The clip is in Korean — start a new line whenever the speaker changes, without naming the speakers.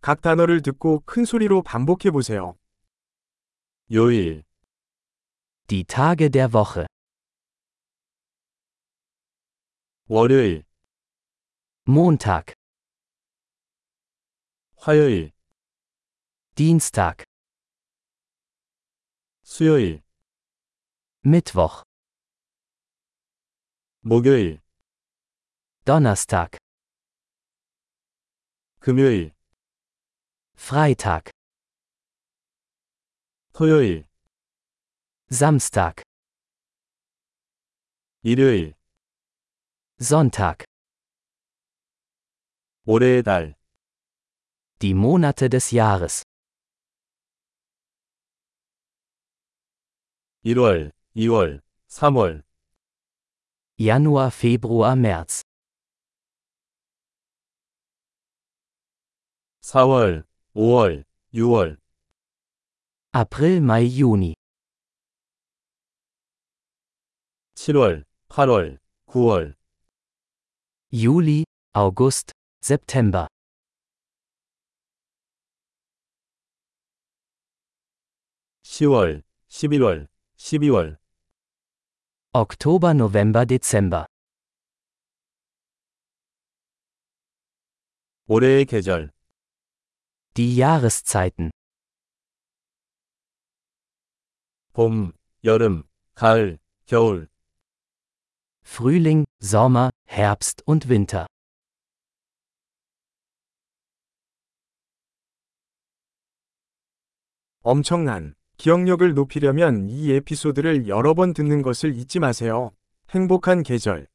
각 단어를 듣고 큰 소리로 반복해 보세요.
요일,
Die Tage der Woche.
월요일,
Montag,
화요일,
Dienstag,
수요일,
Mittwoch,
목요일,
Donnerstag,
금요일,
Freitag,
토요일,
Samstag,
일요일,
Sonntag.
올해의 달,
Die Monate des Jahres.
1월, 2월, 3월,
Januar, Februar, März,
4월, 5월, 6월,
April, Mai, Juni,
7월, 8월, 9월,
Juli, August, September,
10월, 11월, 12월,
Oktober, November, Dezember.
올해의 계절,
Die Jahreszeiten.
봄, 여름, 가을, 겨울,
Frühling, Sommer, Herbst und Winter.
엄청난 기억력을 높이려면 이 에피소드를 여러 번 듣는 것을 잊지 마세요. 행복한 계절,